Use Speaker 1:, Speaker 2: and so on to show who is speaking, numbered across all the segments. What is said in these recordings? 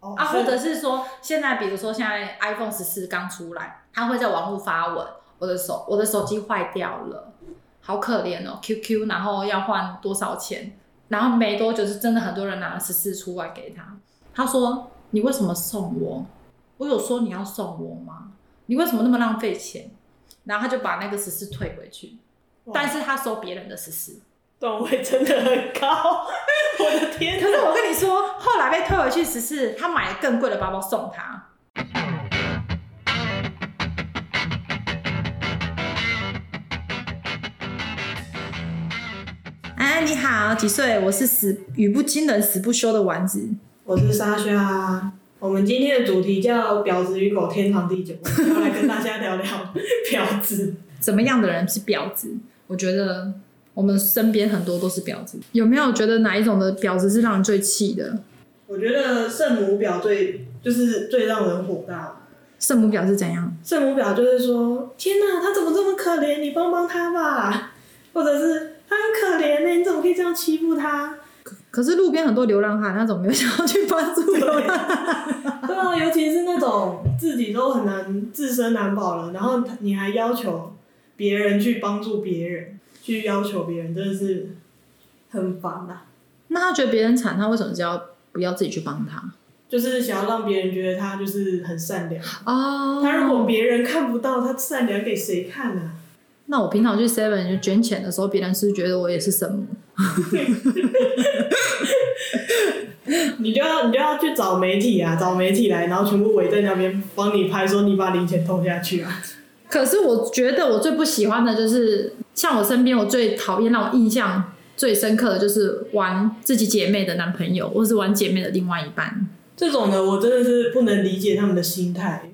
Speaker 1: 哦
Speaker 2: 啊
Speaker 1: 啊
Speaker 2: 或者是说现在，比如说现在 iPhone 十四刚出来，它会在网络发文，我的手我的手机坏掉了，好可怜哦，QQ，然后要换多少钱？然后没多久是真的很多人拿了十四出来给他，他说你为什么送我？我有说你要送我吗？你为什么那么浪费钱？然后他就把那个十四退回去，
Speaker 1: 哇
Speaker 2: 但是他收别人的十四。
Speaker 1: 段位真的很高， 我的天
Speaker 2: 可是
Speaker 1: 哪！
Speaker 2: 我跟你说，后来被退回去十四，他买了更贵的包包送他。哎，你好，几岁？我是死语不惊人死不休的丸子。
Speaker 1: 我是沙虾。我们今天的主题叫“婊子与狗天长地久”，我们要来跟大家聊聊 婊子。
Speaker 2: 怎么样的人是婊子？我觉得我们身边很多都是婊子。有没有觉得哪一种的婊子是让人最气的？
Speaker 1: 我觉得圣母婊最就是最让人火大。
Speaker 2: 圣母婊是怎样？
Speaker 1: 圣母婊就是说：“天哪，他怎么这么可怜？你帮帮他吧！”或者是“他很可怜呢、你怎么可以这样欺负他
Speaker 2: 可是路边很多流浪汉，他怎么没有想要去帮助流浪汉？？”
Speaker 1: 对啊，尤其是那种自己都很难自身难保了，然后你还要求别人去帮助别人，去要求别人，真的是很烦啊。
Speaker 2: 那他觉得别人惨，他为什么就要不要自己去帮他？
Speaker 1: 就是想要让别人觉得他就是很善良。
Speaker 2: 哦
Speaker 1: 他如果别人看不到他善良，给谁看啊呢、
Speaker 2: 那我平常去 Seven 就捐钱的时候，别人是不是觉得我也是神母？
Speaker 1: 你就要你就要去找媒体啊，找媒体来，然后全部围在那边帮你拍，说你把零钱投下去啊。
Speaker 2: 可是我觉得我最不喜欢的就是，像我身边我最讨厌让我印象最深刻的就是玩自己姐妹的男朋友，或是玩姐妹的另外一半。
Speaker 1: 这种的我真的是不能理解他们的心态。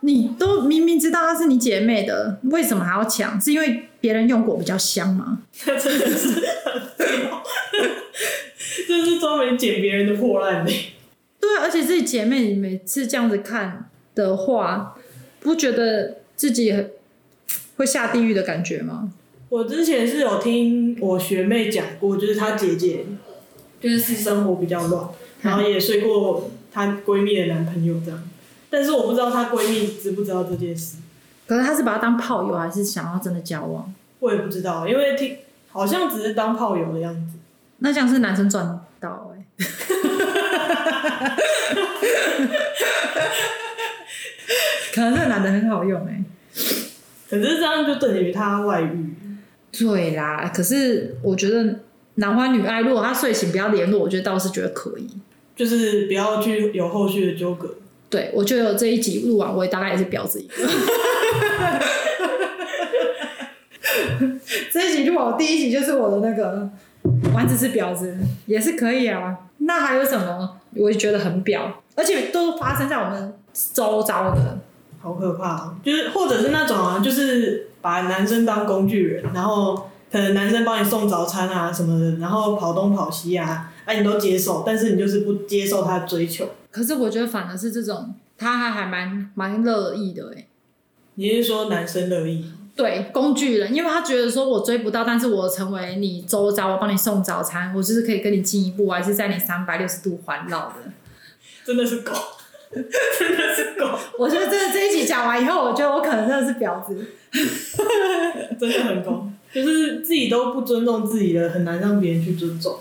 Speaker 2: 你都明明知道她是你姐妹的，为什么还要抢？是因为别人用过比较香吗？
Speaker 1: 他 真的是很废 哦这是专门捡别人的破烂的。
Speaker 2: 对啊，而且自己姐妹，你每次这样子看的话，不觉得自己很会下地狱的感觉吗？
Speaker 1: 我之前是有听我学妹讲过，就是她姐姐就是私生活比较乱，然后也睡过她闺蜜的男朋友这样，但是我不知道她闺蜜知不知道这件事，
Speaker 2: 可是他是把他当炮友，还是想要真的交往？
Speaker 1: 我也不知道，因为听好像只是当炮友的样子。
Speaker 2: 那像是男生赚到哎、 可能这个男的很好用哎、
Speaker 1: 可是这样就等于她外遇，
Speaker 2: 对啦，可是我觉得男欢女爱，如果他睡醒不要联络，我觉得倒是觉得可以。
Speaker 1: 就是不要去有后续的纠葛。
Speaker 2: 对，我觉得这一集录完，我也大概也是婊子一个。 这一集录完，第一集就是我的那个丸子是婊子，也是可以啊。那还有什么？我也觉得很婊，而且都发生在我们周遭的。
Speaker 1: 好可怕、啊！就是或者是那种啊，就是把男生当工具人，然后可能男生帮你送早餐啊什么的，然后跑东跑西啊，啊你都接受，但是你就是不接受他的追求。
Speaker 2: 可是我觉得反而是这种，他还还蛮蛮乐意的哎、
Speaker 1: 你是说男生乐意？
Speaker 2: 对，工具人，因为他觉得说我追不到，但是我成为你周遭，我帮你送早餐，我就是可以跟你进一步，我还是在你三百六十度环绕的。
Speaker 1: 真的是狗，真的是狗，
Speaker 2: 我觉得这这一集讲完以后，我觉得我可能真的是婊子。
Speaker 1: 真的很狗，就是自己都不尊重自己了，很难让别人去尊重。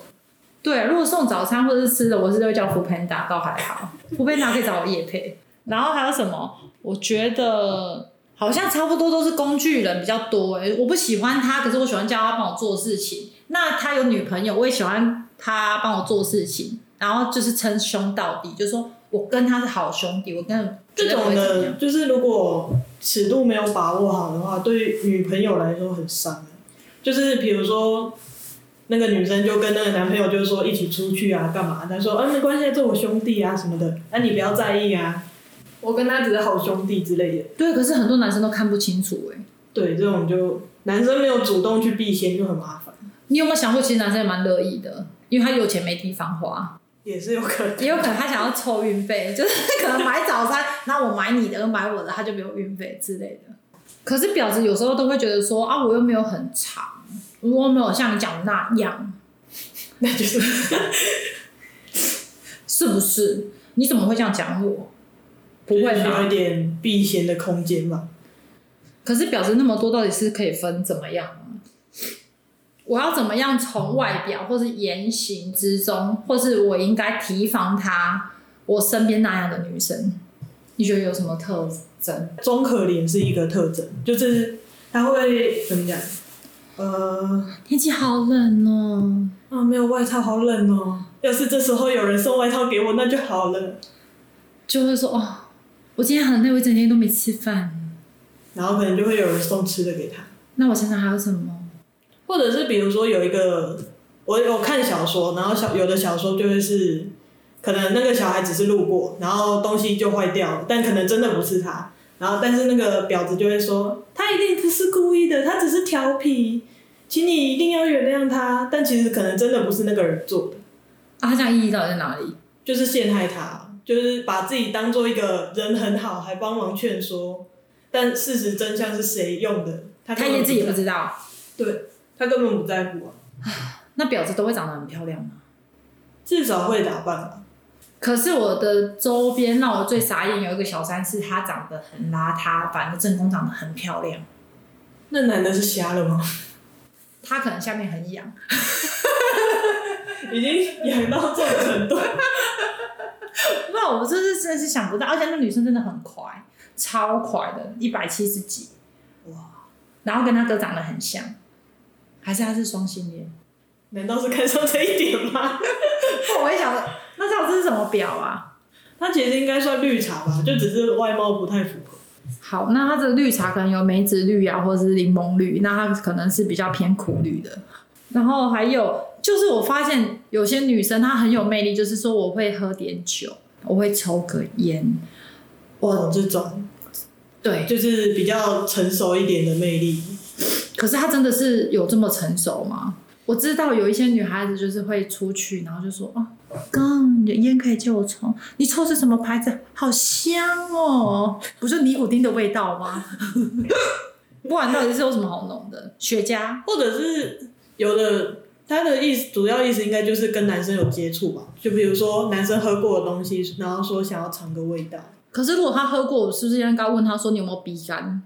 Speaker 2: 对，如果送早餐或者是吃的，我是都会叫福培达，倒还好。福培达可以找我夜配。然后还有什么？我觉得好像差不多都是工具人比较多、欸。我不喜欢他，可是我喜欢叫他帮我做事情。那他有女朋友，我也喜欢他帮我做事情，然后就是称兄道弟，就说我跟他是好兄弟，我跟
Speaker 1: 这种
Speaker 2: 绝对不会怎么
Speaker 1: 的，
Speaker 2: 样
Speaker 1: 就是如果尺度没有把握好的话，对于女朋友来说很伤。就是比如说，那个女生就跟那个男朋友就是说一起出去啊，干嘛？他说啊，没关系，这我兄弟啊什么的，那、你不要在意啊，我跟他只是好兄弟之类的。
Speaker 2: 对，可是很多男生都看不清楚、欸。
Speaker 1: 对，这种就男生没有主动去避嫌就很麻烦，
Speaker 2: 你有没有想过，其实男生也蛮乐意的，因为他有钱没地方花，
Speaker 1: 也是有可能。
Speaker 2: 也有可能他想要凑运费，就是可能买早餐，那我买你的，又买我的，他就没有运费之类的。可是婊子有时候都会觉得说啊，我又没有很长，我又没有像你讲的那样，
Speaker 1: 那就是
Speaker 2: 是不是？你怎么会这样讲我？不
Speaker 1: 就
Speaker 2: 会
Speaker 1: 是有
Speaker 2: 吧
Speaker 1: 一？点避嫌的空间吧。
Speaker 2: 可是表示那么多，到底是可以分怎么样啊？我要怎么样从外表或是言行之中，或是我应该提防她我身边那样的女生？你觉得有什么特征？
Speaker 1: 中可怜是一个特征，就是他会怎么讲？呃，
Speaker 2: 天气好冷哦，
Speaker 1: 啊，没有外套，好冷哦。要是这时候有人送外套给我，那就好了。
Speaker 2: 就会说哦，我今天很累，我一整天都没吃饭。
Speaker 1: 然后可能就会有人送吃的给他，
Speaker 2: 那我身上还有什么？
Speaker 1: 或者是比如说有一个，我有看小说，然后小有的小说就会是，可能那个小孩只是路过，然后东西就坏掉了，但可能真的不是他。然后，但是那个婊子就会说，他一定不是故意的，他只是调皮，请你一定要原谅他。但其实可能真的不是那个人做的。
Speaker 2: 啊，它这样意义到底在哪里？
Speaker 1: 就是陷害他，就是把自己当做一个人很好，还帮忙劝说，但事实真相是谁用的，他
Speaker 2: 他
Speaker 1: 根本
Speaker 2: 也自己也不
Speaker 1: 不在啊
Speaker 2: 知道。
Speaker 1: 对，他根本不在乎啊，
Speaker 2: 那婊子都会长得很漂亮吗？
Speaker 1: 至少会打扮啊吧。
Speaker 2: 可是我的周边让我最傻眼有一个小三，是她长得很邋遢，反正正宫长得很漂亮，
Speaker 1: 那男的是瞎了吗？
Speaker 2: 她可能下面很痒。
Speaker 1: 已经养到这种程度，
Speaker 2: 那我真是真的是想不到，而且那女生真的很快，超快的，一百七十几，
Speaker 1: 哇！
Speaker 2: 然后跟她哥长得很像，还是她是双性恋？
Speaker 1: 难道是看上这一点吗？
Speaker 2: 我也想，那到底是什么婊啊？
Speaker 1: 他其实应该算绿茶吧，就只是外貌不太符合。
Speaker 2: 好，那它的绿茶可能有梅子绿啊，或者是柠檬绿，那它可能是比较偏苦绿的。然后还有就是，我发现有些女生她很有魅力，就是说我会喝点酒，我会抽个烟，
Speaker 1: 哇，这种
Speaker 2: 对。
Speaker 1: 就是比较成熟一点的魅力，
Speaker 2: 可是她真的是有这么成熟吗？我知道有一些女孩子就是会出去，然后就说：“啊，哥，你的烟可以借我抽？你抽是什么牌子？好香哦，不是尼古丁的味道吗？” 不然到底是有什么好浓的？雪茄
Speaker 1: 或者是有的，他的意思主要意思应该就是跟男生有接触吧，就比如说男生喝过的东西，然后说想要尝个味道，
Speaker 2: 可是如果他喝过，我是不是应该问他说你有没有鼻干？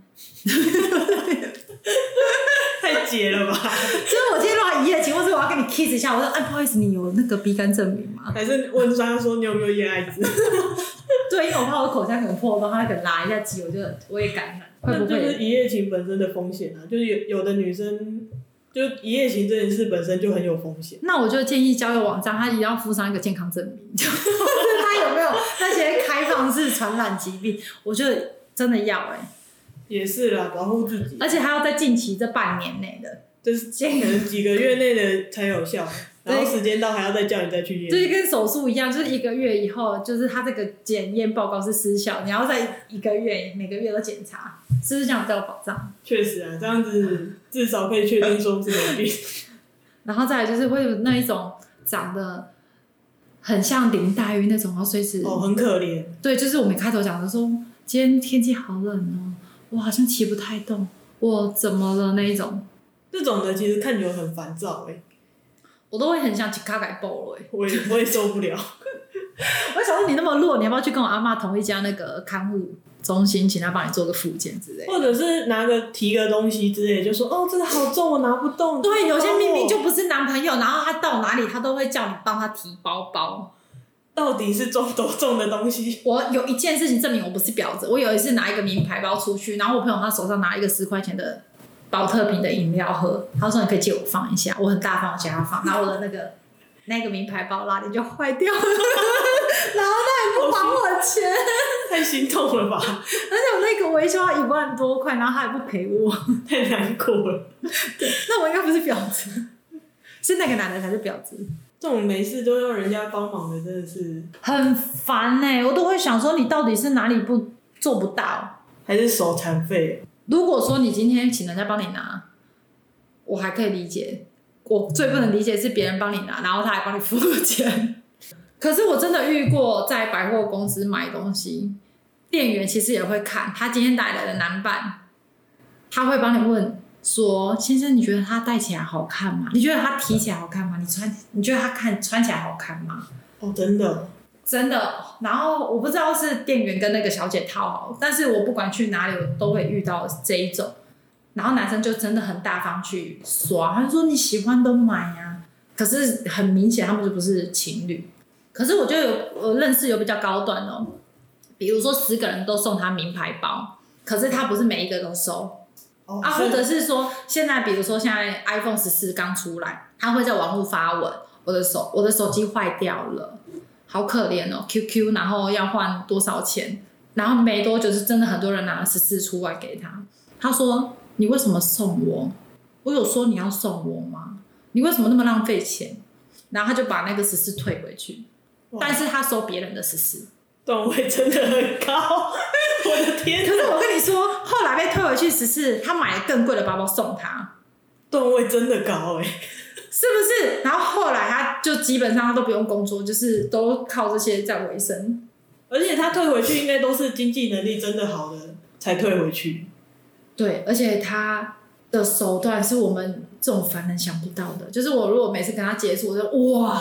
Speaker 1: 太解了吧？
Speaker 2: 就是我今天如果一夜情，或者我要跟你 kiss 一下，我说哎，不好意思，你有那个鼻干证明吗？
Speaker 1: 还是问他说你有没有夜艾滋？
Speaker 2: 对，因为我怕我口腔可能破洞，他可能拉一下鸡，我就我也感染，会
Speaker 1: 那
Speaker 2: 不
Speaker 1: 就是
Speaker 2: 会？
Speaker 1: 一夜情本身的风险啊，就是有有的女生就一夜情这件事本身就很有风险。
Speaker 2: 那我就建议交友网站，他一定要附上一个健康证明， 就是他有没有那些开放式传染疾病，我觉得真的要哎、
Speaker 1: 也是啦，保护自己，
Speaker 2: 而且还要在近期这半年内的，
Speaker 1: 这是可能几个月内的才有 效，
Speaker 2: 对
Speaker 1: 然后时间到还要再叫你再去夜
Speaker 2: 就
Speaker 1: 店。
Speaker 2: 是跟手术一样，就是一个月以后，就是他这个检验报告是失效，你要在一个月每个月都检查，是不是这样比较有保障？
Speaker 1: 确实啊，这样子至少可以确定说是没 病。
Speaker 2: 然后再来就是会有那一种长得很像林黛玉那种，然后随时、
Speaker 1: 哦，很可怜。
Speaker 2: 对，就是我们开头讲的说，今天天气好冷哦，我好像骑不太动，我怎么了那一种，
Speaker 1: 这种的其实看久了很烦躁哎、
Speaker 2: 我都会很想去卡改爆了欸。
Speaker 1: 我也我也受不了。
Speaker 2: 我想说你那么弱，你要不要去跟我阿妈同一家那个看护中心，请他帮你做个复健之类 的？
Speaker 1: 或者是拿个提个东西之类，就说哦，这个好重，我拿不动。
Speaker 2: 对，有些明明就
Speaker 1: 哦
Speaker 2: 不是男朋友，然后他到哪里他都会叫你帮他提包包。
Speaker 1: 到底是重多重的东西，
Speaker 2: 我有一件事情证明我不是婊子，我有一次拿一个名牌包出去，然后我朋友他手上拿一个十块钱的保特瓶的饮料喝，他说你可以借我放一下，我很大方，我借他放，然后我的那个那个名牌包拉链就坏掉了，然后他也不还我钱，
Speaker 1: 太心痛了吧，
Speaker 2: 而且我那个维修要一万多块，然后他也不赔我，
Speaker 1: 太难过了。
Speaker 2: 那我应该不是婊子，是那个男的才是婊子。
Speaker 1: 这种没事都要人家帮忙的，真的是
Speaker 2: 很烦呢、我都会想说你到底是哪里不做不到。
Speaker 1: 还是手残废。欸
Speaker 2: 如果说你今天请人家帮你拿，我还可以理解。我最不能理解是别人帮你拿，然后他还帮你付钱。 可是我真的遇过在百货公司买东西，店员其实也会看他今天带来的男伴，他会帮你问说：“先生，你觉得他戴起来好看吗？你觉得他提起来好看吗？你穿你觉得他看穿起来好看吗？”
Speaker 1: 哦，真的，
Speaker 2: 真的。然后我不知道是店员跟那个小姐套好，但是我不管去哪里，我都会遇到这一种。然后男生就真的很大方去刷，他就说你喜欢都买呀、可是很明显他们就不是情侣。可是我就有我认识有比较高端哦，比如说十个人都送他名牌包，可是他不是每一个都收，
Speaker 1: 哦，
Speaker 2: 啊，
Speaker 1: 所
Speaker 2: 或
Speaker 1: 以
Speaker 2: 者是说，现在比如说现在 iPhone 十四刚出来，它会在网络发文，我的手我的手机坏掉了，好可怜哦，QQ，然后要换多少钱？然后没多久是真的很多人拿了十四出来给他，他说你为什么送我？我有说你要送我吗？你为什么那么浪费钱？然后他就把那个十四退回去，
Speaker 1: 哇
Speaker 2: 但是他收别人的十四。
Speaker 1: 段位真的很高， 我的天
Speaker 2: 可是
Speaker 1: 哪，
Speaker 2: 我跟你说，后来被退回去十四，他买了更贵的包包送他。
Speaker 1: 段位真的高哎、
Speaker 2: 是不是？然后后来他就基本上都不用工作，就是都靠这些在维生。
Speaker 1: 而且他退回去应该都是经济能力真的好的才退回去，
Speaker 2: 对，而且他的手段是我们这种凡人想不到的。就是我如果每次跟他接触，我就哇，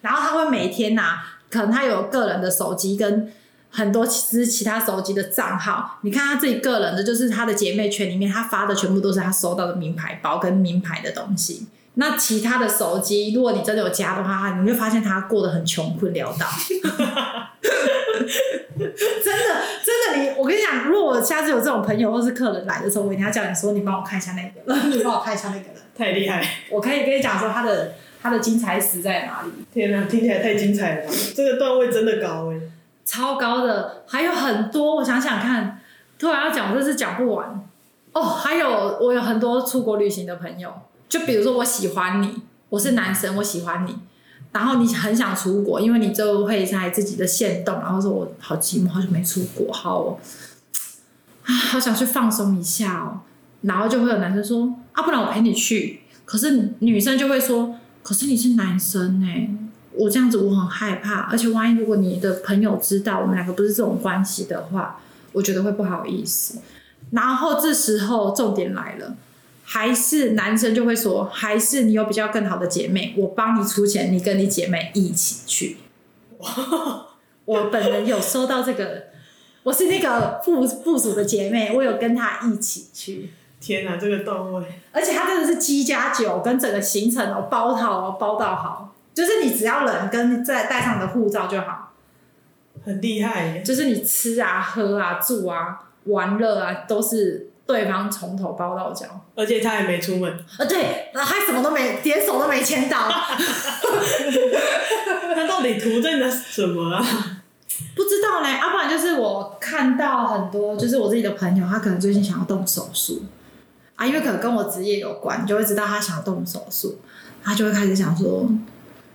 Speaker 2: 然后他会每天呐、可能他有个人的手机跟很多其其他手机的账号，你看他自己个人的，就是他的姐妹圈里面，他发的全部都是他收到的名牌包跟名牌的东西。那其他的手机，如果你真的有加的话，你会发现他过得很穷困潦倒。真的，真的，你我跟你讲，如果我下次有这种朋友或是客人来的时候，我一定要叫你说，你帮我看一下那个人，你帮我看一下那个人。
Speaker 1: 太厉害！
Speaker 2: 我可以跟你讲说他的他的精彩死在哪里，
Speaker 1: 天哪、听起来太精彩了吧，这个段位真的高哎、
Speaker 2: 超高的，还有很多。我想想看，突然要讲，我真是讲不完。哦，还有我有很多出国旅行的朋友，就比如说我喜欢你，我是男生，我喜欢你，然后你很想出国，因为你就会在自己的线动，然后说我好寂寞，好久没出国，好、哦，啊，好想去放松一下哦。然后就会有男生说啊，不然我陪你去。可是女生就会说，可是你是男生哎、我这样子我很害怕，而且万一如果你的朋友知道我们两个不是这种关系的话，我觉得会不好意思。然后这时候重点来了，还是男生就会说，还是你有比较更好的姐妹，我帮你出钱，你跟你姐妹一起去。我本人有收到这个，我是那个附附属的姐妹，我有跟她一起去，
Speaker 1: 天哪、这个段位
Speaker 2: 而且她真的是七加九，跟整个行程哦包好哦包到好，就是你只要人跟再带上你的护照就好。
Speaker 1: 很厉害、欸，
Speaker 2: 就是你吃啊、喝啊、住啊、玩乐啊，都是对方从头包到脚。
Speaker 1: 而且他也没出门，
Speaker 2: 啊，对，然后还什么都没，连手都没牵到，
Speaker 1: 他到底图在那什么啊？
Speaker 2: 不知道嘞。要、啊不然就是我看到很多，就是我自己的朋友，他可能最近想要动手术啊，因为可能跟我职业有关，你就会知道他想动手术，他就会开始想说，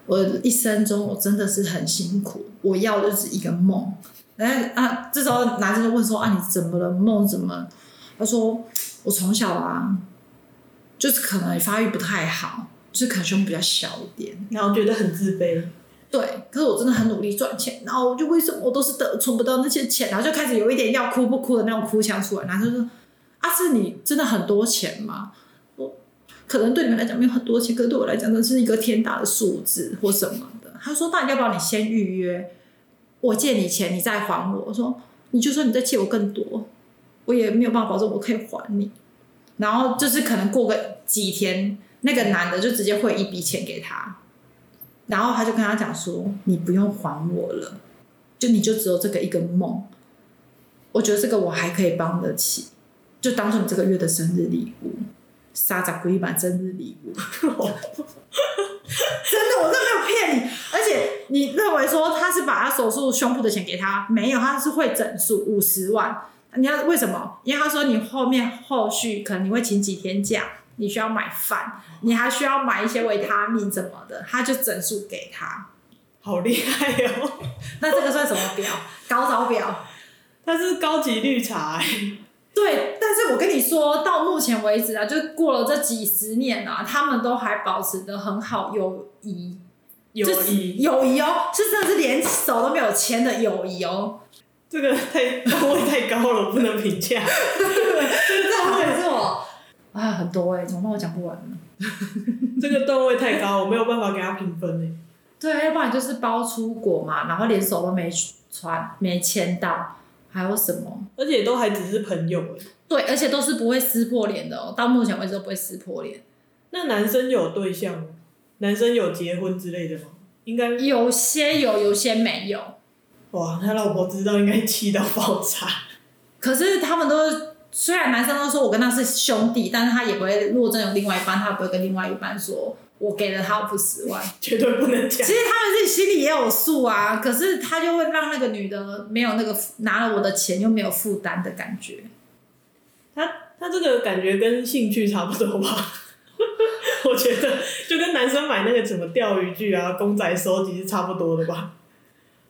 Speaker 2: 我一生中我真的是很辛苦，我要的就是一个梦。然后啊，这时候男生就问说啊，你怎么了？梦怎么？他说我从小啊，就是可能发育不太好，就是可能胸比较小一点。
Speaker 1: 然后觉得很自卑，
Speaker 2: 对，可是我真的很努力赚钱，然后我就为什么我都是得存不到那些钱，然后就开始有一点要哭不哭的那种哭腔出来，然后就说：“啊，是你真的很多钱吗？”我可能对你们来讲没有很多钱，可是对我来讲，这是一个天大的数字或什么的。他说：“那要不要你先预约？我借你钱，你再还我。”我说：“你就说你再借我更多，我也没有办法保证我可以还你。”然后就是可能过个几天，那个男的就直接汇一笔钱给他。然后他就跟他讲说：“你不用还我了，就你就只有这个一个梦，我觉得这个我还可以帮得起，就当做你这个月的生日礼物，沙扎古一版生日礼物。”真的，我真的没有骗你。而且你认为说他是把他手术胸部的钱给他，没有，他是会整数五十万。你要为什么？因为他说你后面后续可能你会请几天假，你需要买饭，你还需要买一些维他命什么的，他就整数给他。
Speaker 1: 好厉害哦！
Speaker 2: 那这个算什么表？高招表。
Speaker 1: 他是高级绿茶、欸，
Speaker 2: 对，但是我跟你说到目前为止啊，就过了这几十年啊，他们都还保持的很好友谊。
Speaker 1: 友
Speaker 2: 就是
Speaker 1: 谊，
Speaker 2: 友谊哦，是真的是连手都没有牵的友谊哦，
Speaker 1: 这个太段位太高了，我不能评价。
Speaker 2: 这好也是我啊，很多哎、怎么办？我讲不完了。
Speaker 1: 这个段位太高，我没有办法给他评分诶。欸
Speaker 2: 对，要不然就是包出国嘛，然后连手都没穿，没签到，还有什么？
Speaker 1: 而且都还只是朋友哎。
Speaker 2: 对，而且都是不会撕破脸的哦，到目前为止都不会撕破脸。
Speaker 1: 那男生有对象吗？男生有结婚之类的吗？应该
Speaker 2: 有些有，有些没有。
Speaker 1: 哇，他老婆知道应该气到爆炸。
Speaker 2: 可是他们都虽然男生都说我跟他是兄弟，但是他也不会，如果真有另外一半，他不会跟另外一半说我给了他五十万。
Speaker 1: 绝对不能
Speaker 2: 其
Speaker 1: 讲
Speaker 2: 实。他们自己心里也有数啊，可是他就会让那个女的没有那个拿了我的钱又没有负担的感觉。
Speaker 1: 他他这个感觉跟兴趣差不多吧？ 我觉得就跟男生买那个什么钓鱼具啊、公仔收集是差不多的吧？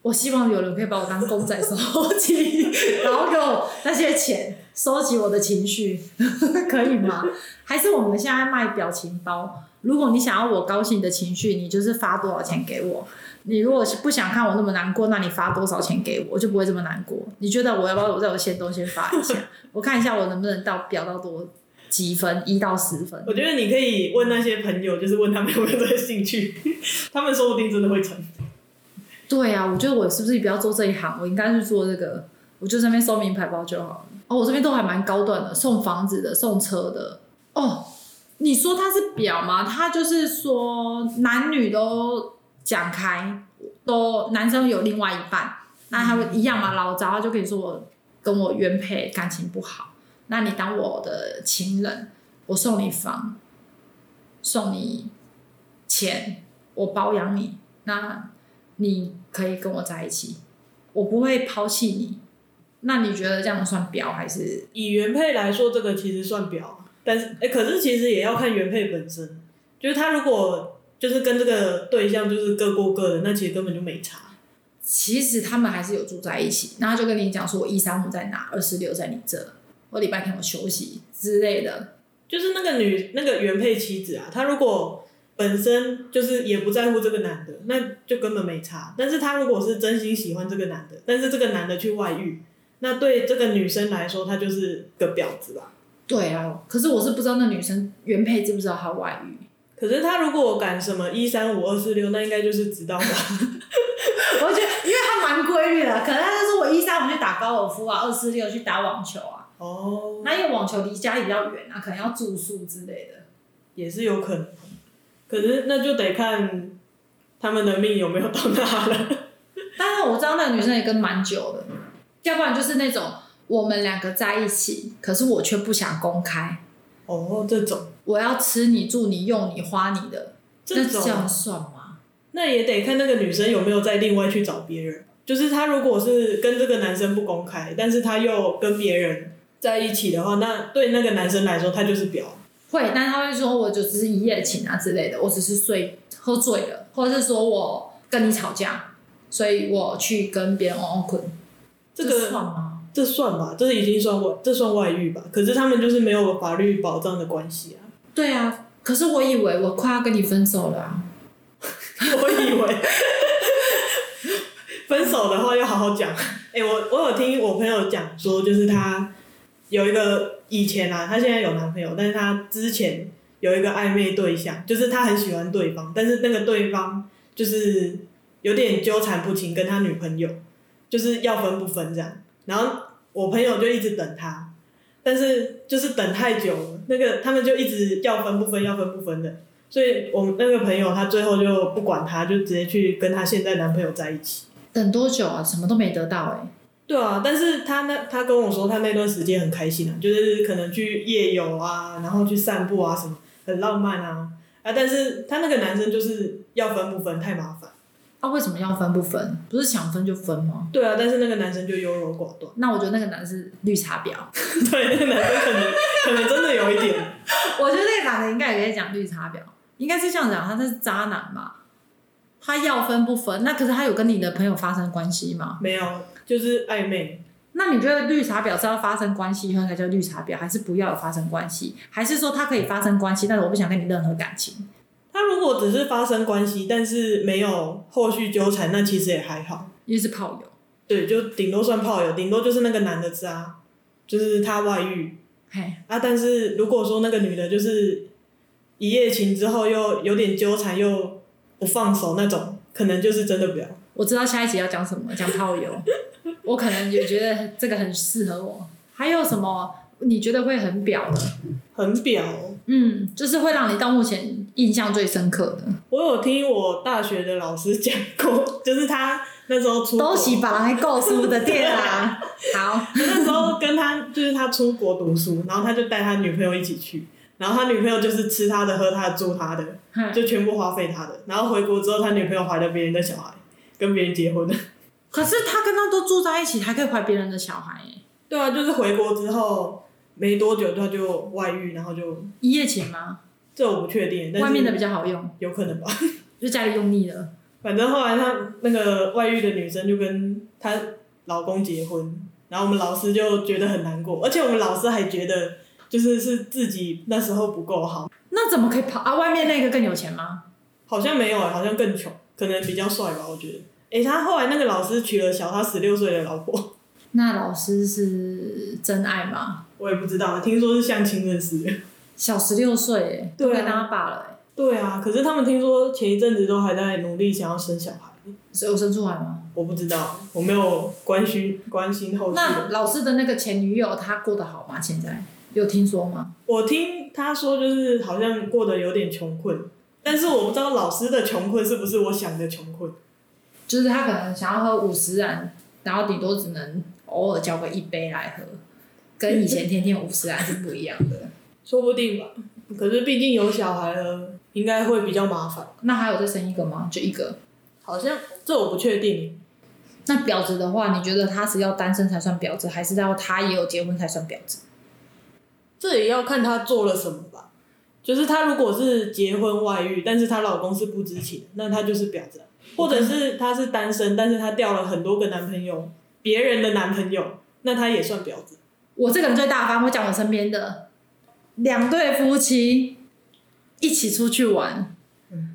Speaker 2: 我希望有人可以把我当公仔收集，然后给我那些钱，收集我的情绪， 可以吗？还是我们现在卖表情包？如果你想要我高兴的情绪，你就是发多少钱给我。你如果是不想看我那么难过，那你发多少钱给我，我就不会这么难过。你觉得我要不要我在我先东先发一下？我看一下我能不能到表到多几分，一到十分。
Speaker 1: 我觉得你可以问那些朋友，就是问他们有没有这个兴趣， 他们说不定真的会成。
Speaker 2: 对啊，我觉得我是不是不要做这一行？我应该去做这个，我就在那边收名牌包就好了。哦，我这边都还蛮高端的，送房子的，送车的。哦，你说它是表吗？它就是说男女都讲开，都男生有另外一半，那他会一样嘛？老早他就可以说我跟我原配感情不好，那你当我的情人，我送你房，送你钱，我包养你，那你可以跟我在一起，我不会抛弃你。那你觉得这样算表还是？
Speaker 1: 以原配来说，这个其实算表，但是哎、诶可是其实也要看原配本身，就是他如果就是跟这个对象就是各过各的，那其实根本就没差。
Speaker 2: 其实他们还是有住在一起，然后就跟你讲说，我一三五在哪，二四六在你这，我礼拜天我休息之类的。
Speaker 1: 就是那个女那个原配妻子啊，她如果本身就是也不在乎这个男的，那就根本没差。但是她如果是真心喜欢这个男的，但是这个男的去外遇，那对这个女生来说，她就是个婊子吧。
Speaker 2: 对啊，可是我是不知道那女生原配知不知道她外遇，
Speaker 1: 可是她如果敢什么一三五二四六，那应该就是知道吧。
Speaker 2: 我觉得因为她蛮规律的，可能她就说我一三五去打高尔夫啊，二四六去打网球啊，
Speaker 1: 哦，
Speaker 2: 那因为网球离家里比较远啊，可能要住宿之类的。
Speaker 1: 也是有可能。可是那就得看他们的命有没有到那了。
Speaker 2: 但是我知道那个女生也跟蛮久的，要不然就是那种我们两个在一起，可是我却不想公开，
Speaker 1: 哦，这种
Speaker 2: 我要吃你、住你、用你、花你的，
Speaker 1: 这
Speaker 2: 那
Speaker 1: 种
Speaker 2: 这样算吗？
Speaker 1: 那也得看那个女生有没有再另外去找别人。就是她如果是跟这个男生不公开，但是她又跟别人在一起的话，那对那个男生来说，他就是表。
Speaker 2: 会，但他会说我就只是一夜情啊之类的，我只是睡喝醉了，或者是说我跟你吵架，所以我去跟别人哦哦捆，
Speaker 1: 这
Speaker 2: 算
Speaker 1: 个
Speaker 2: 吗？
Speaker 1: 这算吧，这已经算外，这算外遇吧？可是他们就是没有法律保障的关系啊。
Speaker 2: 对啊，可是我以为我快要跟你分手了啊。
Speaker 1: 我以为分手的话要好好讲。哎、我我有听我朋友讲说，就是她有一个以前啊，她现在有男朋友，但是她之前有一个暧昧对象，就是她很喜欢对方，但是那个对方就是有点纠缠不清，跟他女朋友就是要分不分这样。然后我朋友就一直等他，但是就是等太久了，那个他们就一直要分不分，要分不分的。所以我们那个朋友她最后就不管他，就直接去跟她现在男朋友在一起。
Speaker 2: 等多久啊？什么都没得到哎、
Speaker 1: 对啊，但是她那她跟我说，她那段时间很开心啊，就是可能去夜游啊，然后去散步啊什么，很浪漫啊啊！但是她那个男生就是要分不分，太麻烦。
Speaker 2: 啊，为什么要分不分？不是想分就分吗？
Speaker 1: 对啊，但是那个男生就优柔寡 断，
Speaker 2: 那我觉得那个男是绿茶婊，
Speaker 1: 对，那个男生可能可能真的有一点，
Speaker 2: 我觉得那个男的应该也可以讲绿茶婊，应该是这样讲，他是渣男嘛，他要分不分，那可是他有跟你的朋友发生关系吗？
Speaker 1: 没有，就是暧昧。
Speaker 2: 那你觉得绿茶婊是要发生关系以后才叫绿茶婊，还是不要有发生关系，还是说他可以发生关系，但是我不想跟你任何感情？
Speaker 1: 他如果只是发生关系，但是没有后续纠缠，那其实也还好。
Speaker 2: 因为是炮友，
Speaker 1: 对，就顶多算炮友，顶多就是那个男的渣，就是他外遇
Speaker 2: 嘿，
Speaker 1: 啊。但是如果说那个女的，就是一夜情之后又有点纠缠，又不放手那种，可能就是真的不要。
Speaker 2: 我知道下一集要讲什么，讲泡友。我可能也觉得这个很适合我。还有什么你觉得会很表的？
Speaker 1: 很表哦，
Speaker 2: 嗯，就是会让你到目前印象最深刻的，
Speaker 1: 我有听我大学的老师 讲过，就是他那时候出国
Speaker 2: 都是把人还够输的店啊。好，
Speaker 1: 那时候跟他就是他出国读书，然后他就带他女朋友一起去，然后他女朋友就是吃他的、喝他的、住他的，
Speaker 2: 哼
Speaker 1: 就全部花费他的。然后回国之后，他女朋友怀了别人的小孩，跟别人结婚了。
Speaker 2: 可是他跟他都住在一起，还可以怀别人的小孩耶，
Speaker 1: 对啊，就是回国之后没多久他就外遇，然后就
Speaker 2: 一夜情吗？
Speaker 1: 这我不确定，但是
Speaker 2: 外面的比较好用，
Speaker 1: 有可能吧。
Speaker 2: 就家里用腻了。
Speaker 1: 反正后来他那个外遇的女生就跟她老公结婚，然后我们老师就觉得很难过，而且我们老师还觉得就是是自己那时候不够好，
Speaker 2: 那怎么可以跑啊？外面那个更有钱吗？
Speaker 1: 好像没有、欸，好像更穷，可能比较帅吧，我觉得。诶、他后来那个老师娶了小他十六岁的老婆，
Speaker 2: 那老师是真爱吗？
Speaker 1: 我也不知道，听说是相亲认识的。
Speaker 2: 小十六岁耶，
Speaker 1: 对啊
Speaker 2: 都跟他爸了耶，
Speaker 1: 对啊，可是他们听说前一阵子都还在努力想要生小孩，
Speaker 2: 所以欸我生出来吗？
Speaker 1: 我不知道，我没有关心关心后续。
Speaker 2: 那老师的那个前女友，她过得好吗？现在有听说吗？
Speaker 1: 我听他说，就是好像过得有点穷困，但是我不知道老师的穷困是不是我想的穷困。
Speaker 2: 就是她可能想要喝五十兰，然后顶多只能偶尔叫个一杯来喝，跟以前天天五十兰是不一样的。
Speaker 1: 说不定吧，可是毕竟有小孩了，应该会比较麻烦。
Speaker 2: 那还有再生一个吗？就一个。
Speaker 1: 好像这我不确定，
Speaker 2: 那婊子的话，你觉得她是要单身才算婊子，还是要她也有结婚才算婊子？
Speaker 1: 这也要看他做了什么吧。就是她如果是结婚外遇，但是她老公是不知情的，那她就是婊子啊；或者是她是单身，但是她掉了很多个男朋友，别人的男朋友，那她也算婊子。
Speaker 2: 我这个人最大方，我讲我身边的两对夫妻一起出去玩，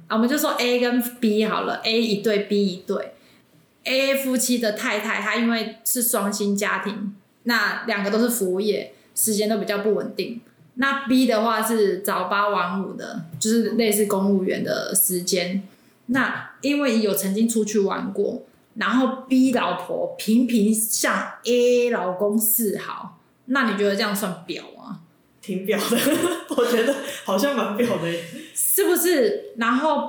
Speaker 2: 啊，我们就说 A 跟 B 好了，A 一对，B 一对。A 夫妻的太太她因为是双薪家庭，那两个都是服务业，时间都比较不稳定。那 B 的话是早八晚五的，就是类似公务员的时间。那因为有曾经出去玩过，然后 B 老婆频频向 A 老公示好，那你觉得这样算婊吗？
Speaker 1: 挺婊的， 我觉得好像蛮婊的耶。
Speaker 2: 是不是？然后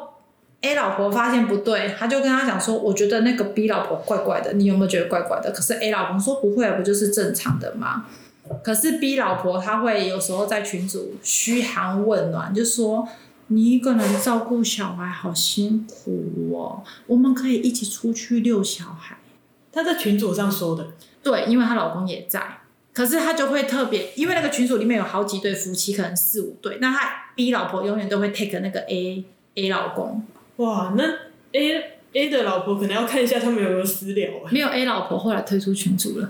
Speaker 2: A 老婆发现不对，他就跟他讲说：“我觉得那个 B 老婆怪怪的，你有没有觉得怪怪的？”可是 A 老公说：“不会啊，不就是正常的吗？”可是 B 老婆她会有时候在群组嘘寒问暖，就说：“你一个人照顾小孩好辛苦哦，我们可以一起出去遛小孩。”
Speaker 1: 她在群组上说的，
Speaker 2: 对，因为她老公也在，可是她就会特别，因为那个群组里面有好几对夫妻，可能四五对，那她 B 老婆永远都会 take 那个 A A 老公，
Speaker 1: 哇，那 A A 的老婆可能要看一下他们有没有私聊啊，
Speaker 2: 没有 A 老婆后来退出群组了，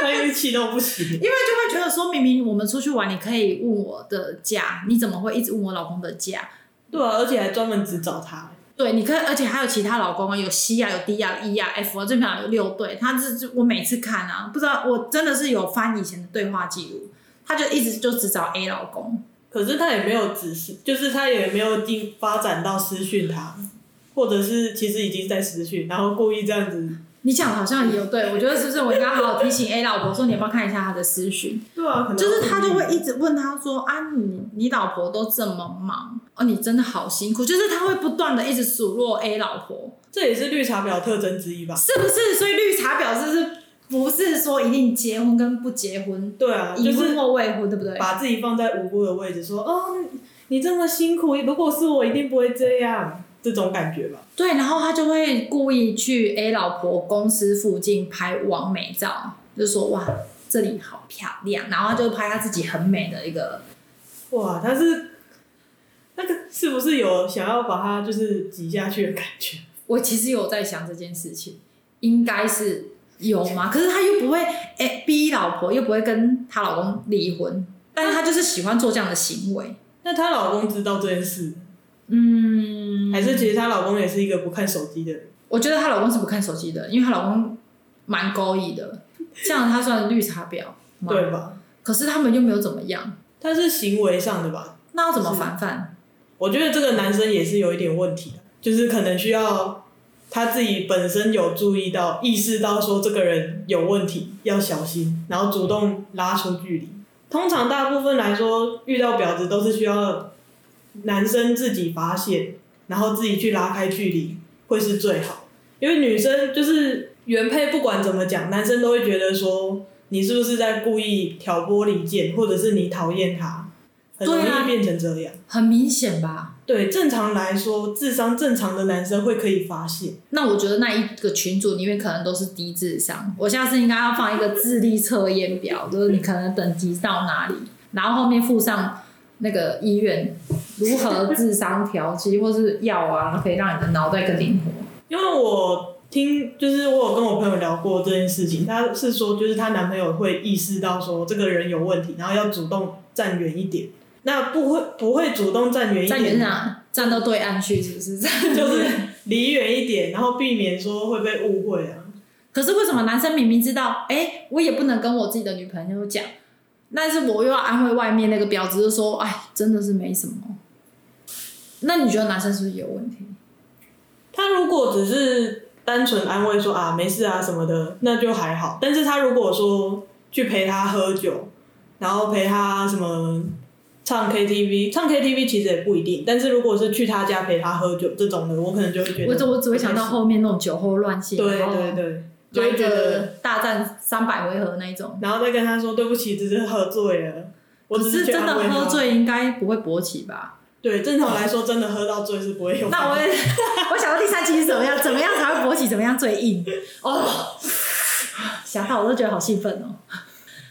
Speaker 1: 她又气到不行。
Speaker 2: 因为就会觉得说明明我们出去玩，你可以问我的假，你怎么会一直问我老公的假？
Speaker 1: 对啊，而且还专门只找她。
Speaker 2: 对，你可以，而且还有其他老公啊，有 C 啊，有 D 啊，有 E 啊，F 啊，最起码有六对。他是就我每次看啊，不知道我真的是有翻以前的对话记录，他就一直就只找 A 老公，
Speaker 1: 可是她也没有指示，就是她也没有进发展到私讯他，或者是其实已经在私讯，然后故意这样子。
Speaker 2: 你讲的好像也有对，我觉得是不是我应该好好提醒 A 老婆说，你要不要看一下她的私讯？
Speaker 1: 对啊，可能
Speaker 2: 就是他就会一直问他说啊，你你老婆都这么忙哦，你真的好辛苦，就是他会不断的一直数落 A 老婆，
Speaker 1: 这也是绿茶婊特征之一吧？
Speaker 2: 是不是？所以绿茶婊就是不是说一定结婚跟不结婚，
Speaker 1: 对啊，就
Speaker 2: 已
Speaker 1: 是
Speaker 2: 婚或未婚，对不对？
Speaker 1: 把自己放在无辜的位置，说哦，你这么辛苦，如果是我一定不会这样，这种感觉吧。
Speaker 2: 对，然后他就会故意去 A 老婆公司附近拍完美照，就说哇这里好漂亮，然后他就拍他自己很美的一个，
Speaker 1: 哇，他是那个是不是有想要把他就是挤下去的感觉？
Speaker 2: 我其实有在想这件事情，应该是有吗？可是他又不会哎逼老婆，又不会跟她老公离婚，但是他就是喜欢做这样的行为，
Speaker 1: 那她老公知道这件事，
Speaker 2: 嗯，
Speaker 1: 还是其实她老公也是一个不看手机的人？
Speaker 2: 我觉得她老公是不看手机的，因为她老公蛮勾引的，这样他算绿茶婊吗？
Speaker 1: 对，吧？
Speaker 2: 可是他们又没有怎么样。
Speaker 1: 他是行为上的吧？
Speaker 2: 那要怎么防范？
Speaker 1: 我觉得这个男生也是有一点问题的就是可能需要他自己本身有注意到、意识到说这个人有问题，要小心，然后主动拉出距离。通常大部分来说，遇到婊子都是需要男生自己发现，然后自己去拉开距离，会是最好。因为女生就是原配，不管怎么讲，男生都会觉得说你是不是在故意挑拨离间，或者是你讨厌他，很容
Speaker 2: 对啊
Speaker 1: 易变成这样。
Speaker 2: 很明显吧？
Speaker 1: 对，正常来说，智商正常的男生会可以发现。
Speaker 2: 那我觉得那一个群组里面可能都是低智商，我下次应该要放一个智力测验表，就是你可能等级到哪里，然后后面附上那个医院如何智商调剂或是药啊，可以让你的脑袋更灵活。
Speaker 1: 因为我听，就是我有跟我朋友聊过这件事情，她是说，就是她男朋友会意识到说这个人有问题，然后要主动站远一点。那不会不会主动站远一
Speaker 2: 站远
Speaker 1: 点，
Speaker 2: 哪？站到对岸去是不 是？
Speaker 1: 哎就是离远一点，然后避免说会被误会啊。
Speaker 2: 可是为什么男生明明知道，哎、我也不能跟我自己的女朋友讲，但是我又要安慰外面那个婊子，就说，哎，真的是没什么。那你觉得男生是不是有问题？
Speaker 1: 他如果只是单纯安慰说啊没事啊什么的，那就还好。但是他如果说去陪他喝酒，然后陪他什么唱 KTV，唱 KTV 其实也不一定。但是如果是去他家陪他喝酒这种的，我可能就会觉
Speaker 2: 我只
Speaker 1: 得，
Speaker 2: 我只会想到后哦面那种酒后乱性，
Speaker 1: 对
Speaker 2: 然后
Speaker 1: 对对，就
Speaker 2: 来
Speaker 1: 会
Speaker 2: 一
Speaker 1: 觉
Speaker 2: 个
Speaker 1: 得，
Speaker 2: 大战三百回合那一种。
Speaker 1: 然后再跟他说对不起，只是喝醉了。我
Speaker 2: 可
Speaker 1: 只
Speaker 2: 是
Speaker 1: 去
Speaker 2: 真
Speaker 1: 安
Speaker 2: 的
Speaker 1: 慰
Speaker 2: 喝
Speaker 1: 他。
Speaker 2: 醉应该不会勃起吧？
Speaker 1: 对，正常来说，真的喝到醉是不会有反应。
Speaker 2: 那我也 我想到第三期是怎么样，怎么样才会勃起，怎么样 最硬哦。想到我都觉得好兴奋哦。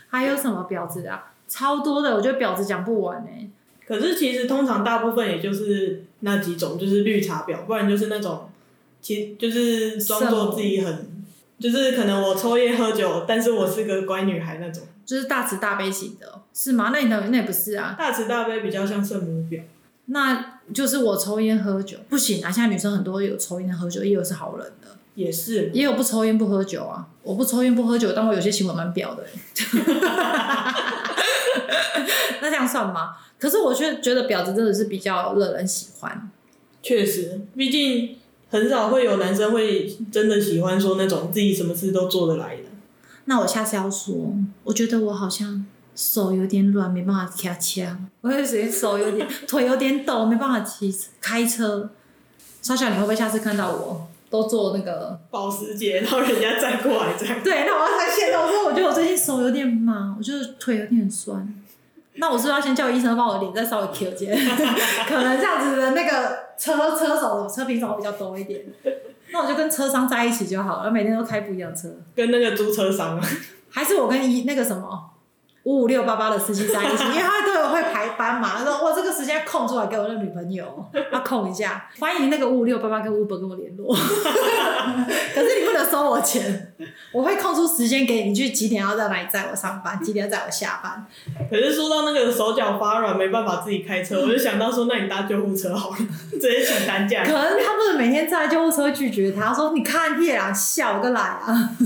Speaker 2: 还有什么婊子啊？超多的，我觉得婊子讲不完哎、
Speaker 1: 可是其实通常大部分也就是那几种，就是绿茶婊，不然就是那种，其就是装作自己很，就是可能我抽烟喝酒，但是我是个乖女孩那种。
Speaker 2: 就是大慈大悲型的，哦是吗？那你的那也不是啊，
Speaker 1: 大慈大悲比较像圣母婊，
Speaker 2: 那就是我抽烟喝酒不行啊。现在女生很多有抽烟喝酒，也有是好人的，
Speaker 1: 也是。
Speaker 2: 也有不抽烟不喝酒啊。我不抽烟不喝酒，但我有些行为蛮婊的、 那这样算吗？可是我却觉得婊子真的是比较惹人喜欢。
Speaker 1: 确实，毕竟很少会有男生会真的喜欢说那种自己什么事都做得来的。
Speaker 2: 那我下次要说，我觉得我好像手有点软，没办法骑枪。我也觉得手有点， 腿有点抖，没办法骑开车。莎莎，你会不会下次看到我都做那个？
Speaker 1: 保时捷，然后人家再过来这样，
Speaker 2: 对，那我要才先我说，我觉得我最近手有点麻，我觉得腿有点酸。那我是不是要先叫医生帮我脸再稍微 Q 一下？ 可能这样子的那个车车手车评手比较多一点。那我就跟车商在一起就好了，每天都开不一样的车。
Speaker 1: 跟那个租车商，啊
Speaker 2: 还是我跟一那个什么五五六八八的司机在一起，因为他都有会排班嘛。他说哇，这个时间空出来给我那女朋友，他空一下。欢迎那个五五六八八跟 Uber 跟我联络， 可是你不能收我钱，我会空出时间给你去几点要在哪里载我上班，几点要载我下班。
Speaker 1: 可是说到那个手脚发软没办法自己开车，我就想到说，那你搭救护车好了， 直接请担架。
Speaker 2: 可能他们每天在救护车拒绝他，说你看夜郎笑个来啊。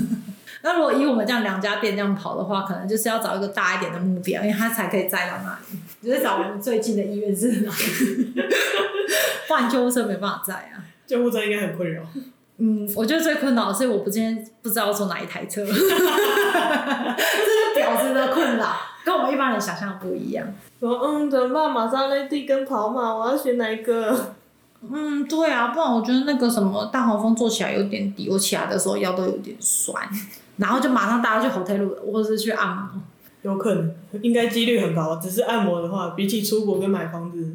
Speaker 2: 那如果以我们这样两家店这样跑的话，可能就是要找一个大一点的目标，因为他才可以载到那里。就是找我们最近的医院是哪里， 不然救护车没办法载啊。
Speaker 1: 救护车应该很困扰。
Speaker 2: 嗯，我觉得最困扰的是我不今天不知道坐哪一台车，这 是婊子的困扰，跟我们一般人想象的不一样。
Speaker 1: 说嗯，怎么办？玛莎拉蒂跟跑马，我要选哪一个？
Speaker 2: 嗯，对啊，不然我觉得那个什么大黄蜂做起来有点低，我起来的时候腰都有点酸，然后就马上大家去 hotel 路或者是去按摩。
Speaker 1: 有可能，应该几率很高。只是按摩的话，比起出国跟买房子，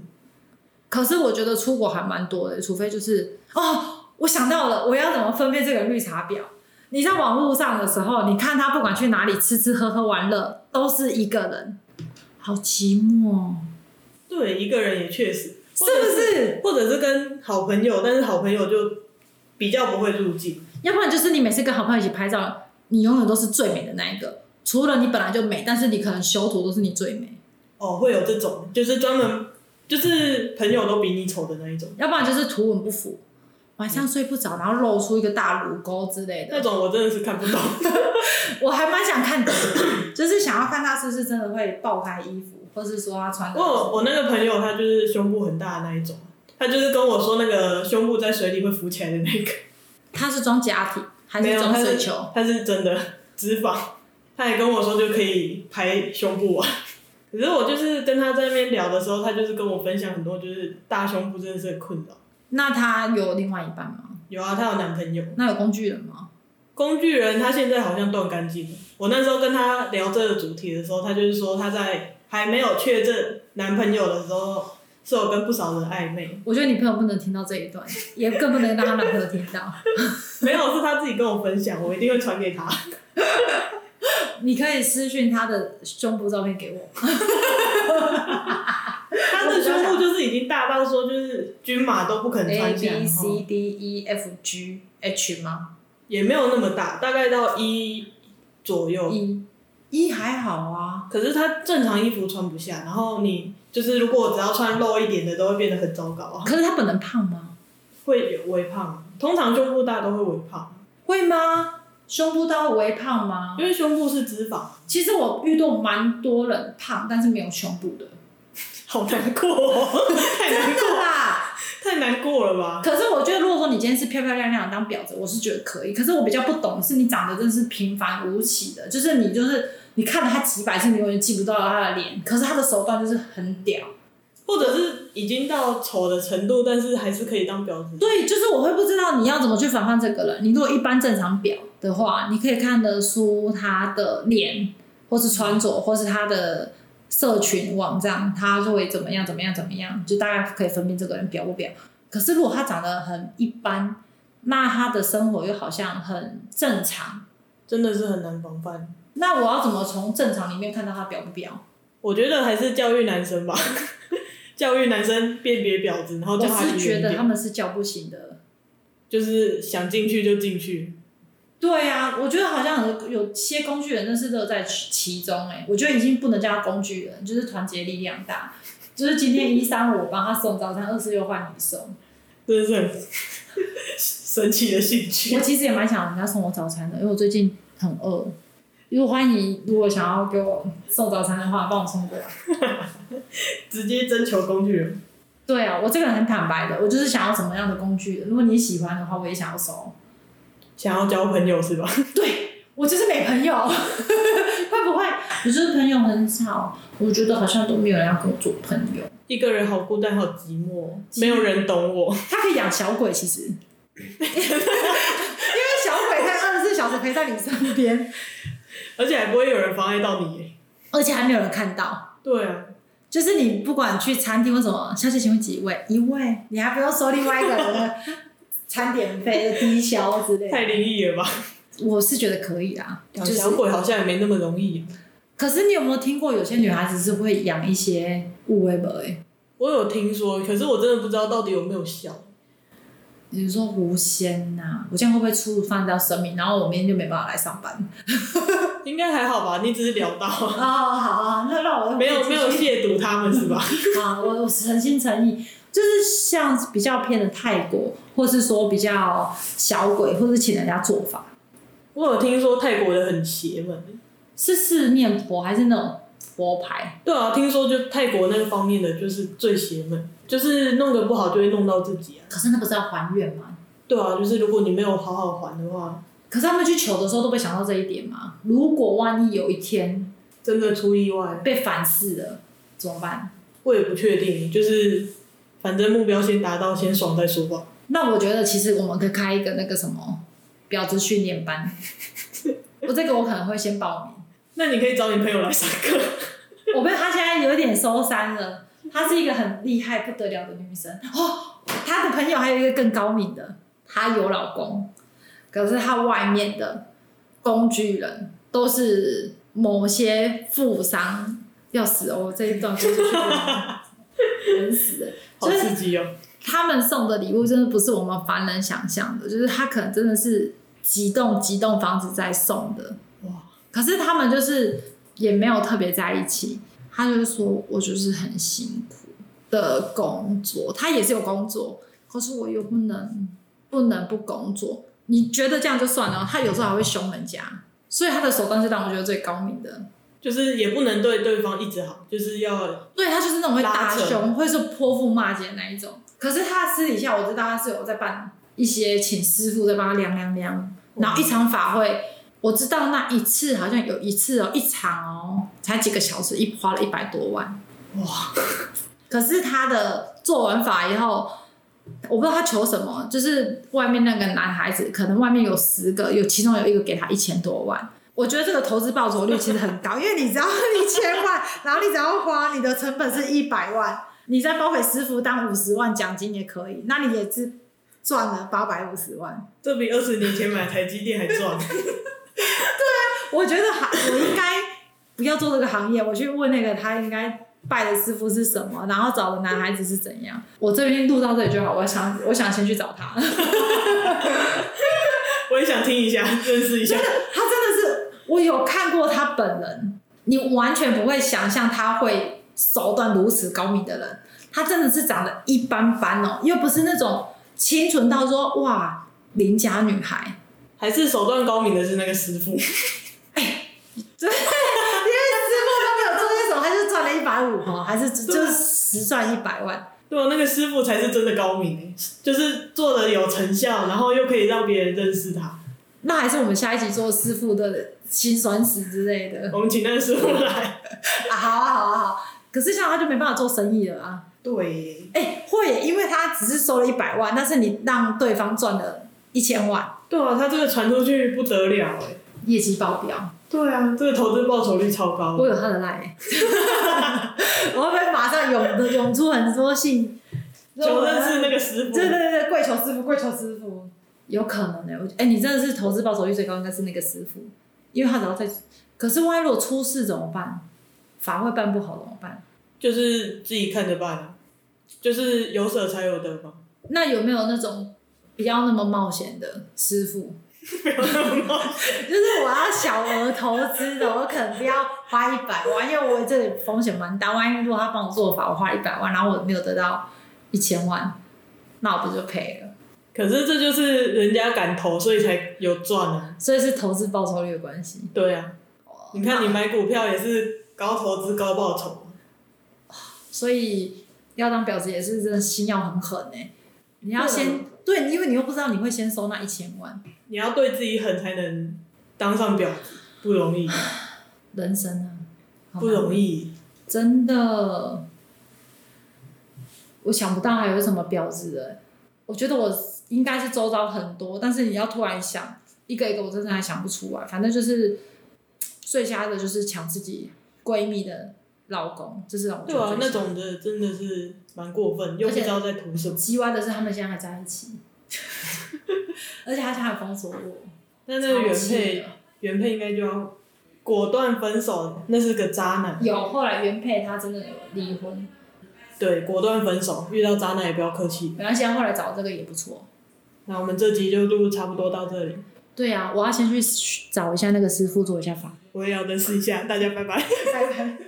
Speaker 2: 可是我觉得出国还蛮多的，除非就是哦，我想到了，我要怎么分辨这个绿茶婊？你在网络上的时候，你看他不管去哪里吃吃喝喝玩乐，都是一个人，好寂寞哦，
Speaker 1: 对一个人也确实，
Speaker 2: 是不是？
Speaker 1: 或者是跟好朋友，但是好朋友就比较不会入境。
Speaker 2: 要不然就是你每次跟好朋友一起拍照，你永远都是最美的那一个，除了你本来就美，但是你可能修图都是你最美。
Speaker 1: 哦，会有这种，就是专门就是朋友都比你丑的那一种，
Speaker 2: 要不然就是图文不符，晚
Speaker 1: 嗯
Speaker 2: 上睡不着，然后露出一个大乳沟之类
Speaker 1: 那
Speaker 2: 的。
Speaker 1: 种我真的是看不懂。
Speaker 2: 我还蛮想看的，就是想要看他是不是真的会爆开衣服，或是说他穿的。
Speaker 1: 哦我我那个朋友他就是胸部很大的那一种，他就是跟我说那个胸部在水里会浮起来的那个，
Speaker 2: 它是装假体还
Speaker 1: 没
Speaker 2: 是
Speaker 1: 有，
Speaker 2: 装
Speaker 1: 他
Speaker 2: 水
Speaker 1: 是
Speaker 2: 球？
Speaker 1: 他是真的 脂肪，他也跟我说就可以拍胸部啊。 可是我就是跟他在那边聊的时候，他就是跟我分享很多，就是大胸部真的是很困扰。
Speaker 2: 那他有另外一半吗？
Speaker 1: 有啊，她有男朋友，
Speaker 2: 那有工具人吗？
Speaker 1: 工具人他现在好像断干净了。我那时候跟他聊这个主题的时候，他就是说他在还没有确认男朋友的时候，是有跟不少人暧昧，
Speaker 2: 我觉得你朋友不能听到这一段， 也更不能让她男朋友听到。
Speaker 1: 没有是他自己跟我分享，我一定会传给他。
Speaker 2: 你可以私讯他的胸部照片给我。
Speaker 1: 他的胸部就是已经大到说就是军马都不肯
Speaker 2: A
Speaker 1: 穿下，
Speaker 2: B
Speaker 1: 然
Speaker 2: C
Speaker 1: 后
Speaker 2: D E F G H 吗？
Speaker 1: 也没有那么大，大概到一左右。
Speaker 2: 一一还好啊，
Speaker 1: 可是他正常衣服穿不下，然后你就是如果我只要穿露一点的，都会变得很糟糕啊，
Speaker 2: 可是他本人胖吗？
Speaker 1: 会有微胖。通常胸部大都会微胖，
Speaker 2: 会吗？胸部到微胖吗？
Speaker 1: 因为胸部是脂肪。
Speaker 2: 其实我遇到蛮多人胖，但是没有胸部的。
Speaker 1: 好难过、 哦，太难过，
Speaker 2: 啦，
Speaker 1: 太难过了吧？
Speaker 2: 可是我觉得，如果说你今天是漂漂亮亮当婊子，我是觉得可以。可是我比较不懂，是你长得真的是平凡无奇的，就是你就是你看了他几百次，你永远记不到他的脸，可是他的手段就是很屌。
Speaker 1: 或者是已经到丑的程度，但是还是可以当婊子。
Speaker 2: 对，就是我会不知道你要怎么去防范这个人。你如果一般正常表的话，你可以看得出他的脸，或是穿着，或是他的社群网站，他就会怎么样怎么样怎么样，就大概可以分辨这个人表不表。可是如果他长得很一般，那他的生活又好像很正常，
Speaker 1: 真的是很难防范。
Speaker 2: 那我要怎么从正常里面看到他表不表？
Speaker 1: 我觉得还是教育男生吧， 教育男生辨别婊子，然后
Speaker 2: 我
Speaker 1: 叫他
Speaker 2: 是
Speaker 1: 离
Speaker 2: 觉
Speaker 1: 远一
Speaker 2: 得他
Speaker 1: 点，
Speaker 2: 们是叫不醒的。
Speaker 1: 就是想进去就进去。
Speaker 2: 对呀、我觉得好像很有些工具人真是乐在其其中哎、我觉得已经不能叫他工具人，就是团结力量大。就是今天一三五我帮他送早餐，二四六换你送。
Speaker 1: 真的是很神奇的兴趣
Speaker 2: 我。其实也蛮想人家送我早餐的，因为我最近很饿。如果欢迎，如果想要给我送早餐的话，帮我送过来。
Speaker 1: 直接征求工具人。
Speaker 2: 对啊，我这个人很坦白的，我就是想要什么样的工具人。如果你喜欢的话，我也想要收。
Speaker 1: 想要交朋友是吧？
Speaker 2: 对我就是没朋友， 会不会？我就是朋友很少，我觉得好像都没有人要跟我做朋友。
Speaker 1: 一个人好孤单，好寂寞，没有人懂我。
Speaker 2: 他可以养小鬼，其实， 因为小鬼它二十四小时陪在你身边，
Speaker 1: 而且还不会有人妨碍到你耶。
Speaker 2: 而且还没有人看到。
Speaker 1: 对啊，
Speaker 2: 就是你不管去餐厅或什么，小姐请问几位？一位，你还不用收另外一个人 的餐点费的低消之类
Speaker 1: 太
Speaker 2: 的。
Speaker 1: 灵异了吧？
Speaker 2: 我是觉得可以啊，就
Speaker 1: 养
Speaker 2: 是
Speaker 1: 小。鬼好像也没那么容易。
Speaker 2: 可是你有没有听过有些女孩子是会养一些乌龟博？
Speaker 1: 我有听说，可是我真的不知道到底有没有效。
Speaker 2: 比如说狐仙呐、我这样会不会触犯到神明？然后我明天就没办法来上班。
Speaker 1: 应该还好吧？你只是聊
Speaker 2: 哦，
Speaker 1: 到，
Speaker 2: 好啊，那让我
Speaker 1: 没有没有亵渎他们是吧？
Speaker 2: 啊，我我诚心诚意，就是像比较偏的泰国，或是说比较小鬼，或是请人家做法，
Speaker 1: 我有听说泰国的很邪门。
Speaker 2: 是四面佛还是那种佛牌？
Speaker 1: 对啊，听说就泰国那方面的就是最邪门，就是弄得不好就会弄到自己啊。
Speaker 2: 可是那不是要还愿吗？
Speaker 1: 对啊，就是如果你没有好好还的话，
Speaker 2: 可是他们去求的时候都会想到这一点吗？如果万一有一天
Speaker 1: 真的出意外，
Speaker 2: 被反噬了，怎么办？
Speaker 1: 我也不确定。就是反正目标先达到，先爽再说吧。
Speaker 2: 那我觉得其实我们可以开一个那个什么婊子训练班， 我这个我可能会先报名。
Speaker 1: 那你可以找你朋友来上课。
Speaker 2: 我被她现在有点收山了。她是一个很厉害不得了的女生哦。她的朋友还有一个更高明的，她有老公，可是她外面的工具人都是某些富商。要死哦！这一段故事去了人死了，
Speaker 1: 好
Speaker 2: 就是
Speaker 1: 刺激哦！
Speaker 2: 他们送的礼物真的不是我们凡人想象的，就是他可能真的是几栋几栋房子在送的，
Speaker 1: 哇，
Speaker 2: 可是他们就是也没有特别在一起，他就是说我就是很辛苦的工作，他也是有工作，可是我又不能不能不工作。你觉得这样就算了，他有时候还会凶人家，所以他的手段是让我觉得最高明的。
Speaker 1: 就是也不能对对方一直好，就是要
Speaker 2: 对他就是那种会打
Speaker 1: 拉扯
Speaker 2: 凶，会说泼妇骂街那一种。可是他私底下我知道他是有在办一些请师傅在帮他量量量，然后一场法会，我知道那一次好像有一次哦，一场哦才几个小时，一花了一百多万。
Speaker 1: 哇，
Speaker 2: 可是他的做完法以后，我不知道他求什么，就是外面那个男孩子，可能外面有十个，有其中有一个给他一千多万。我觉得这个投资报酬率其实很高，因为你只要一千万，然后你只要花你的成本是一百万，你再包给师傅当五十万奖金也可以，那你也是赚了八百五十万。
Speaker 1: 这比二十年前买台积电还赚。
Speaker 2: 我觉得行，我应该不要做这个行业。我去问那个他应该拜的师傅是什么，然后找的男孩子是怎样。我这边录到这里就好，我想我想先去找他。
Speaker 1: 我也想听一下，认识一下
Speaker 2: 真。的，他真的是我有看过他本人，你完全不会想象他会手段如此高明的人。他真的是长得一般般哦，又不是那种清纯到说哇邻家女孩，
Speaker 1: 还是手段高明的是那个师傅，
Speaker 2: 对，因为师傅都没有做这种，他就赚了一百五哈，还是只就是实赚一百万。
Speaker 1: 对啊，那个师傅才是真的高明欸，就是做的有成效，然后又可以让别人认识他。
Speaker 2: 那还是我们下一集做师傅的辛酸史之类的
Speaker 1: 我们请那个师傅来。
Speaker 2: 啊！好啊，好啊，好啊！可是像他就没办法做生意了啊！
Speaker 1: 对，
Speaker 2: 哎、会耶，因为他只是收了一百万，但是你让对方赚了一千万，
Speaker 1: 对啊，他这个传出去不得了哎。
Speaker 2: 业绩爆表。
Speaker 1: 对啊，这个投资报酬率超高
Speaker 2: 我。有他的赖， 我会不会马上涌涌出很多 信？
Speaker 1: 求认识那个师
Speaker 2: 对对
Speaker 1: 傅，
Speaker 2: 对对，跪求师傅，跪求师傅，有可能呢、我觉哎、你真的是投资报酬率最高，应该是那个师傅，因为他只要在。可是万一如果出事怎么办？法会办不好怎么办？
Speaker 1: 就是自己看着办啊，就是有舍才有得嘛，
Speaker 2: 那有没有那种不要那么冒险的师傅？
Speaker 1: 没有那么冒险。
Speaker 2: 就是我要小额投资的，我可能不要花一百万，因为我这里风险蛮大。万一如果他帮我做法，我花一百万，然后我没有得到一千万，那我不就赔了？
Speaker 1: 可是这就是人家敢投，所以才有赚啊。
Speaker 2: 所以是投资报酬率的关系。
Speaker 1: 对啊，你看你买股票也是高投资高报酬，
Speaker 2: 所以要当婊子也是真的心要很狠哎、你要先
Speaker 1: 啊
Speaker 2: 对，因为你又不知道你会先收那一千万，
Speaker 1: 你要对自己狠才能当上婊子，不容 易，
Speaker 2: 人生啊，好
Speaker 1: 不
Speaker 2: 难
Speaker 1: 容易。
Speaker 2: 真的，我想不到还有什么婊子的。我觉得我应该是周遭很多，但是你要突然想一个一个，我真的还想不出来。反正就是最瞎的就是抢自己闺蜜的老公，这是让我
Speaker 1: 对
Speaker 2: 觉得
Speaker 1: 啊，
Speaker 2: 最
Speaker 1: 那
Speaker 2: 瞎
Speaker 1: 种的真的是蛮过分，又不知道在图什么。
Speaker 2: 鸡歪的是他们现在还在一起，而且他现在还封锁我。
Speaker 1: 那那个原
Speaker 2: 超气
Speaker 1: 配，原配应该就要果断分手，那是个渣男
Speaker 2: 的。有后来原配他真的有离婚，
Speaker 1: 对，果断分手，遇到渣男也不要客气。
Speaker 2: 没关系，他后来找这个也不错。
Speaker 1: 那我们这集就录差不多到这里，
Speaker 2: 对啊，我要先去找一下那个师傅做一下法。
Speaker 1: 我也要认识一下大家，拜拜。
Speaker 2: 拜拜。